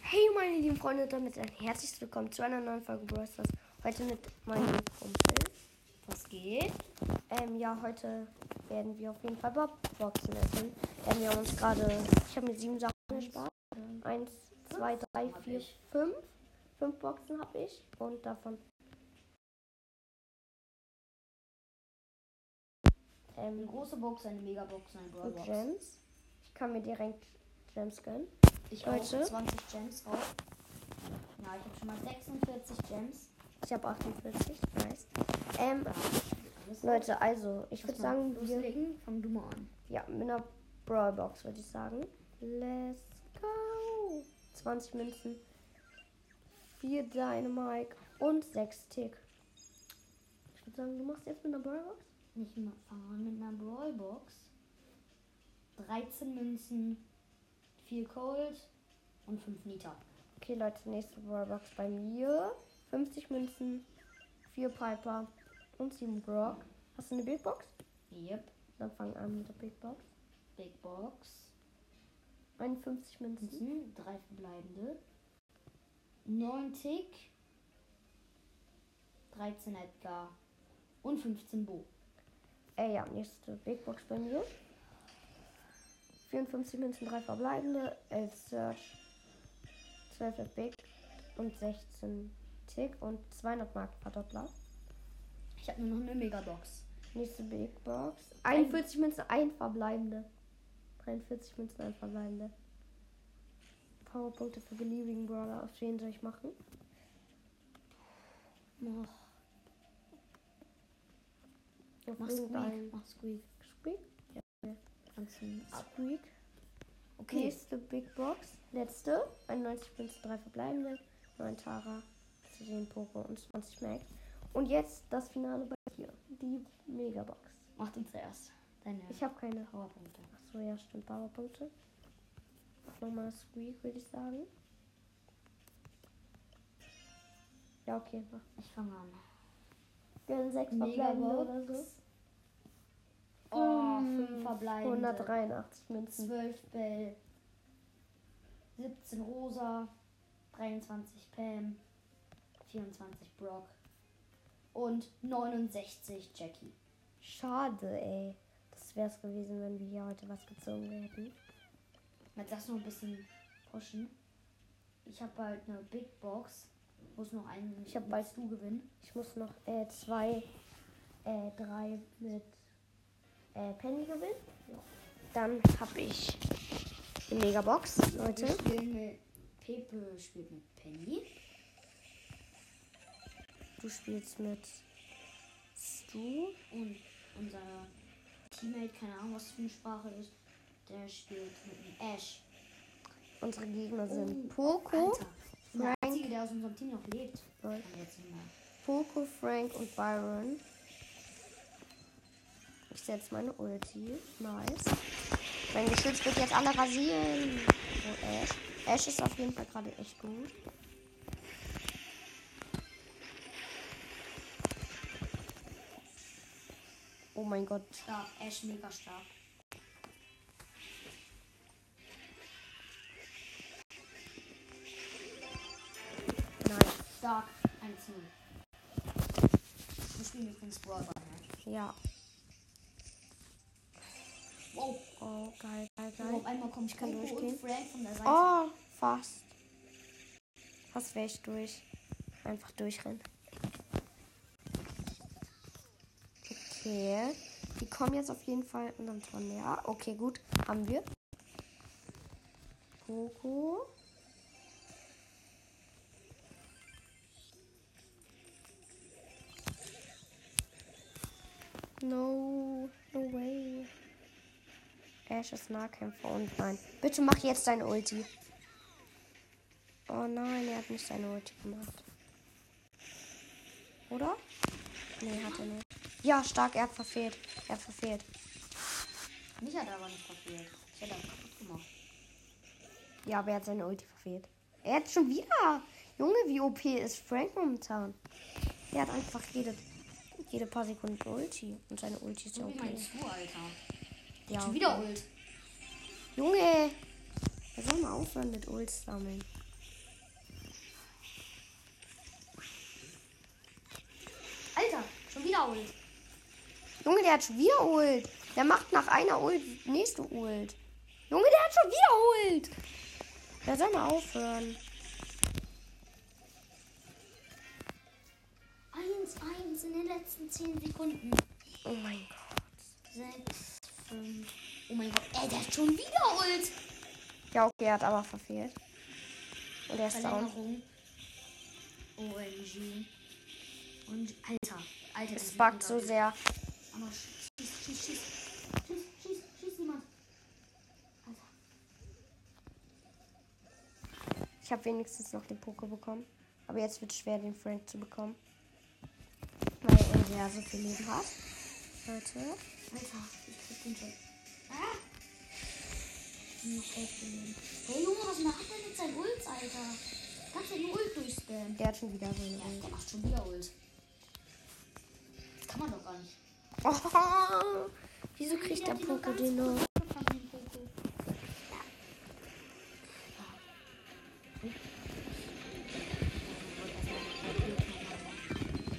Hey meine lieben Freunde, damit ein herzliches Willkommen zu einer neuen Folge Brawl Stars. Heute mit meinem Kumpel. Was geht? Ähm, ja, heute werden wir auf jeden Fall Bobboxen essen. Ähm, wir haben uns gerade, ich habe mir sieben Sachen gespart. Eins, zwei, drei, vier, fünf. Fünf Boxen habe ich und davon Eine ähm, große Box, eine Megabox, eine Brawl Box. Gems. Ich kann mir direkt Gems gönnen. Ich habe Leute. 20 Gems drauf. Ja, ich habe schon mal 46 Gems. Ich habe 48, nice. Ähm, Alles Leute, also, ich Lass würde mal sagen, wir loslegen. Fang du mal an. Ja, mit einer Brawlbox würde ich sagen. Let's go. 20 Münzen, 4 Dynamite und 6 Tick. Ich würde sagen, du machst jetzt mit einer Brawlbox. Nicht mal fang an mit einer Brawl Box. 13 Münzen, 4 Cold und 5 Nita. Okay, Leute, nächste Brawlbox bei mir. 50 Münzen, 4 Piper und 7 Brock. Hast du eine Big Box? Yep. Dann fang an mit der Big Box. Big Box. 51 Münzen, Münzen, 3 verbleibende. 9 Tick. 13 Edgar. Und 15 Bo. Äh, ja, nächste Big Box bei mir. 54 Münzen, 3 verbleibende, 11 Search, 12 Epic und 16 Tick und 200 Mark Verdoppler. Ich habe nur noch eine Megabox. Nächste Big Box. 41 Münzen, 1 verbleibende. 43 Münzen, 1 verbleibende. Powerpunkte für Believing Brawler, auf wen soll ich machen? Mach, Auf mach Squeak. irgendeinen. Mach Squeak. Squeak? Kannst du ihn ab. Squeak. Okay. Nächste Big Box. Letzte. 91 Münzen, 3 verbleibende. 9 Tara, 10 Poco und 20 Max. Und jetzt das Finale bei dir. Die Megabox. Mach den zuerst. Deine Ich habe keine. Powerpunkte. Achso, ja, stimmt. Powerpunkte. Mach Nochmal Squeak, würde ich sagen. Ja, okay. Mach. Ich fange an. Hm, Dann 6 verbleibende oder so. Megabox. Oh, Hm, 5 verbleibende. 183 Münzen. 12 Bell. 17 Rosa. 23 Pam. 24 Brock. Und 69 Jackie. Schade, ey. Das wär's gewesen, wenn wir hier heute was gezogen hätten. Jetzt darfst du noch ein bisschen pushen. Ich habe halt eine Big Box. Muss noch einen. Ich hab willst du gewinnen. Ich muss noch äh, zwei, äh, drei mit äh, Penny gewinnen. Ja. Dann habe ich eine Megabox, Leute. Wir spielen mit Pepe spielt mit Penny. Du spielst mit Stu. Und unser Teammate, keine Ahnung, was für eine Sprache ist, der spielt mit einem Ash. Unsere Gegner sind Oh, Poco, Alter, ich bin der Frank. Einzige, der aus unserem Team noch lebt. Lol. Kann jetzt nicht mehr. Poco, Frank und Byron. Ich setze meine Ulti. Nice. Mein Geschütz wird jetzt alle rasieren. Oh, Ash. Ash ist auf jeden Fall gerade echt gut. Oh mein Gott. Stark, Ash mega stark. Nice. Stark, 1-0. Wir spielen übrigens Brawlball. Ne? Ja. Wow, Oh, geil, geil, so auf geil. einmal kommt kann Coco durchgehen. und Frank von der Seite. Oh, fast. Fast wäre ich durch. Einfach durchrennen. Okay. Die kommen jetzt auf jeden Fall unserem Tor näher. Okay, gut. Haben wir. Poco. No, no way. Ash ist Nahkämpfer und nein. Bitte mach jetzt deine Ulti. Oh nein, er hat nicht seine Ulti gemacht. Oder? Nee, hat er nicht. Ja, stark, er hat verfehlt. Er hat verfehlt. Mich hat er aber nicht verfehlt. Ich hätte ihn kaputt gemacht. Ja, aber er hat seine Ulti verfehlt. Er hat schon wieder. Junge, wie OP ist Frank momentan. Er hat einfach jede, jede paar Sekunden Ulti. Und seine Ulti ist ja So wie OP. meinst du, Alter? Ja, Schon okay. wieder Ult. Junge! Er soll mal aufhören mit Ults sammeln. wieder Ult. Junge, der hat schon wieder Ult. Der macht nach einer Ult nächste Ult. Junge, der hat schon wieder Ult. Der soll mal aufhören. 1-1 in den letzten 10 Sekunden. Oh mein Gott. 6, 5. Oh mein Gott, ey, der hat schon wieder Ult. Ja, okay, er hat aber verfehlt. Und er ist down. Verlängerung. OMG. Und Alter, Alter. das Es ist buggt so wieder- sehr. Aber schieß, schieß, schieß. Schieß, schieß, schieß niemand. Alter. Ich habe wenigstens noch den Poké bekommen. Aber jetzt wird es schwer, den Frank zu bekommen. Weil er ja so viel Leben hat. Leute. Alter, ich krieg den schon. Ah! Noch elf Minuten. Hey Junge, was macht der mit seinen Ults, Alter? Kannst ja nur Ult durchspammen. Der hat schon wieder so eine Ja, Ult. der macht schon wieder Ult. Das kann man doch gar nicht. Oh, wieso kriegt der hat die noch Poké ganz den noch? kurz gefangen, den Poco. Ja. Ja.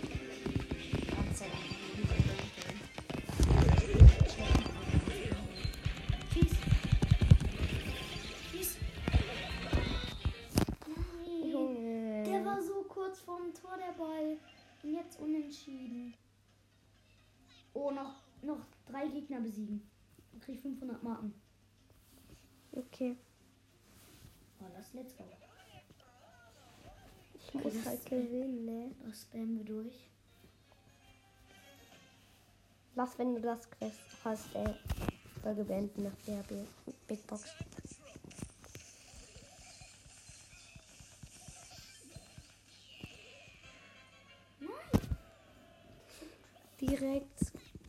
Ganz sehr lang. Tschüss. Tschüss. Nein. Der Junge. war so kurz vorm Tor der Ball. Und jetzt unentschieden. Oh, noch, noch drei Gegner besiegen. Dann krieg ich 500 Marken. Okay. Oh, lass let's go. Ich muss halt gewinnen, ne? Das spammen wir durch. Was, wenn du das Quest hast, ey? Folge beenden nach der B Big Box. Nein! Direkt.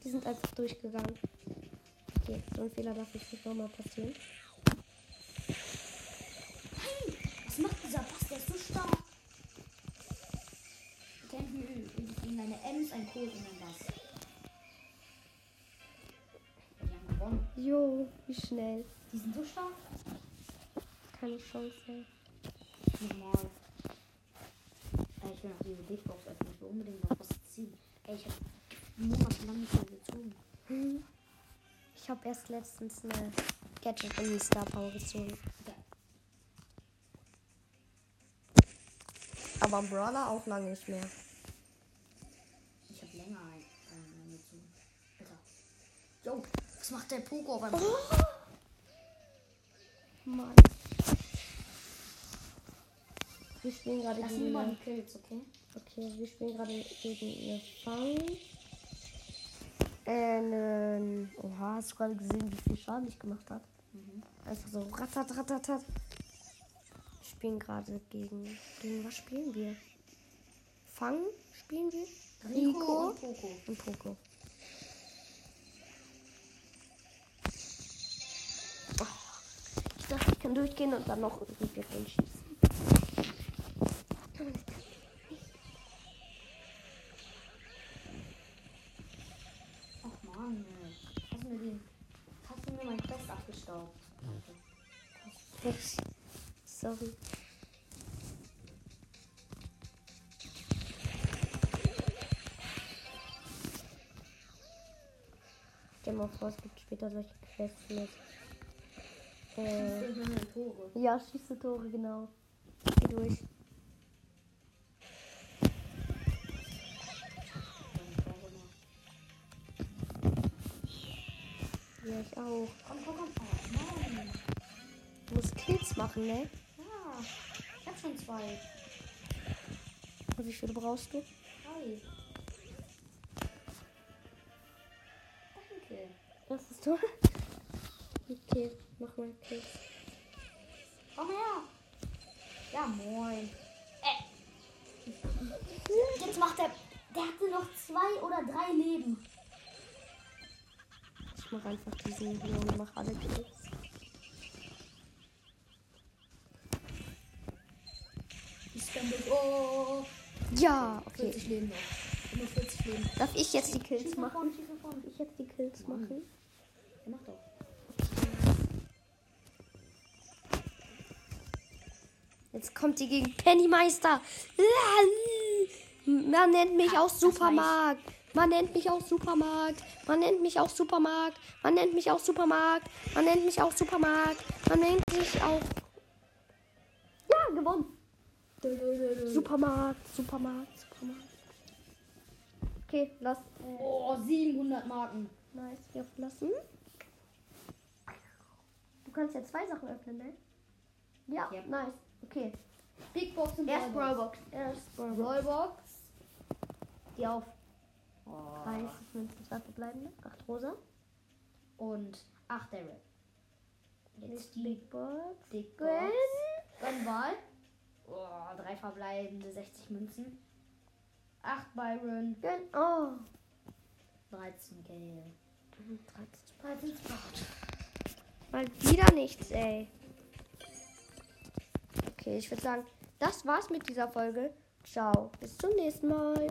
Die sind einfach durchgegangen. Okay, so ein Fehler darf jetzt nicht nochmal passieren. Nein! Was macht dieser Bass? Der ist so stark. Wir kämpfen gegen eine Ems, ein Kohl und ein Bass. Die haben gewonnen. Jo, wie schnell. Die sind so stark. Keine Chance, ey. Normal. Ey, ich will noch diese Big Box öffnen. Ich will unbedingt noch was ziehen. Ey, ich hab monatelang nicht mehr gezogen. Hm. Ich habe erst letztens eine Gadget in die Star Power gezogen. Ja. Aber Brawler auch lange nicht mehr. Ich hab länger ein- ähm, eingezogen. Alter. Jo, was macht der Pogo auf einmal? Oh. Mann. Wir spielen gerade Lass gegen ihn mal eine, die Kills, okay? okay, wir spielen gerade gegen eine Fang. Ähm, oha, hast du gerade gesehen, wie viel Schaden ich gemacht habe? Mhm. Einfach so ratat, ratat, ratat. Wir spielen gerade gegen, gegen was spielen wir? Fang spielen wir? Rico und Poco. und Poco. Oh, ich dachte, ich kann durchgehen und dann noch irgendwie reinschießen. Ach man, ey. hast du mir, den, hast du mir mein Quest abgestaubt? Äh. Sorry. Stell dir mal vor, es gibt später solche Quests mit. Äh, Ich will meine Tore. ja, schieße Tore, genau. Geh durch. Ja, ich auch. Komm, komm, komm. Oh, nein. Du musst Kills machen, ne? Ja, ich hab schon zwei. Und wie viele brauchst du? Drei. Danke. Das ist toll. Okay, mach mal Kills. Komm her. Ja, moin. Äh. Jetzt macht er. Der hatte noch zwei oder drei Leben. Ich mach einfach diesen hier und mach alle Kills. Ich spende. Oh. Ja, okay. 40 Leben noch. Nur 40 Leben. Darf ich jetzt die Schieß Kills nach machen? Mhm. vorne, schieß nach vorne. Darf ich jetzt die Kills machen? Ja, mach doch. Jetzt kommt die gegen Pennymeister. Man nennt mich auch Das weiß ich. Supermarkt. Man nennt mich auch Supermarkt. Man nennt mich auch Supermarkt. Man nennt mich auch Supermarkt. Man nennt mich auch Supermarkt. Man nennt mich auch Ja, gewonnen. Supermarkt. Supermarkt. Supermarkt. Okay, lass. Äh, Oh, 700 Marken. nice, hier auf lassen. Du kannst ja zwei Sachen öffnen, ne? Ja, Ja. nice. Okay. Big Box und Erst Brawl Box. Brawlbox. Erst Brawlbox. Rollbox. Die auf Oh. 30 Münzen zwei verbleibende. ne? Acht rosa. Oh. Und 8 Daryl. Jetzt die Big Box. Big Gwen. Box. Gunnball. Oh, drei verbleibende 60 Münzen. 8 Byron. Gwen. Oh. 13 Gale. 13. 13 Sprout. Mal wieder nichts, ey. Okay, ich würde sagen, das war's mit dieser Folge. Ciao, bis zum nächsten Mal.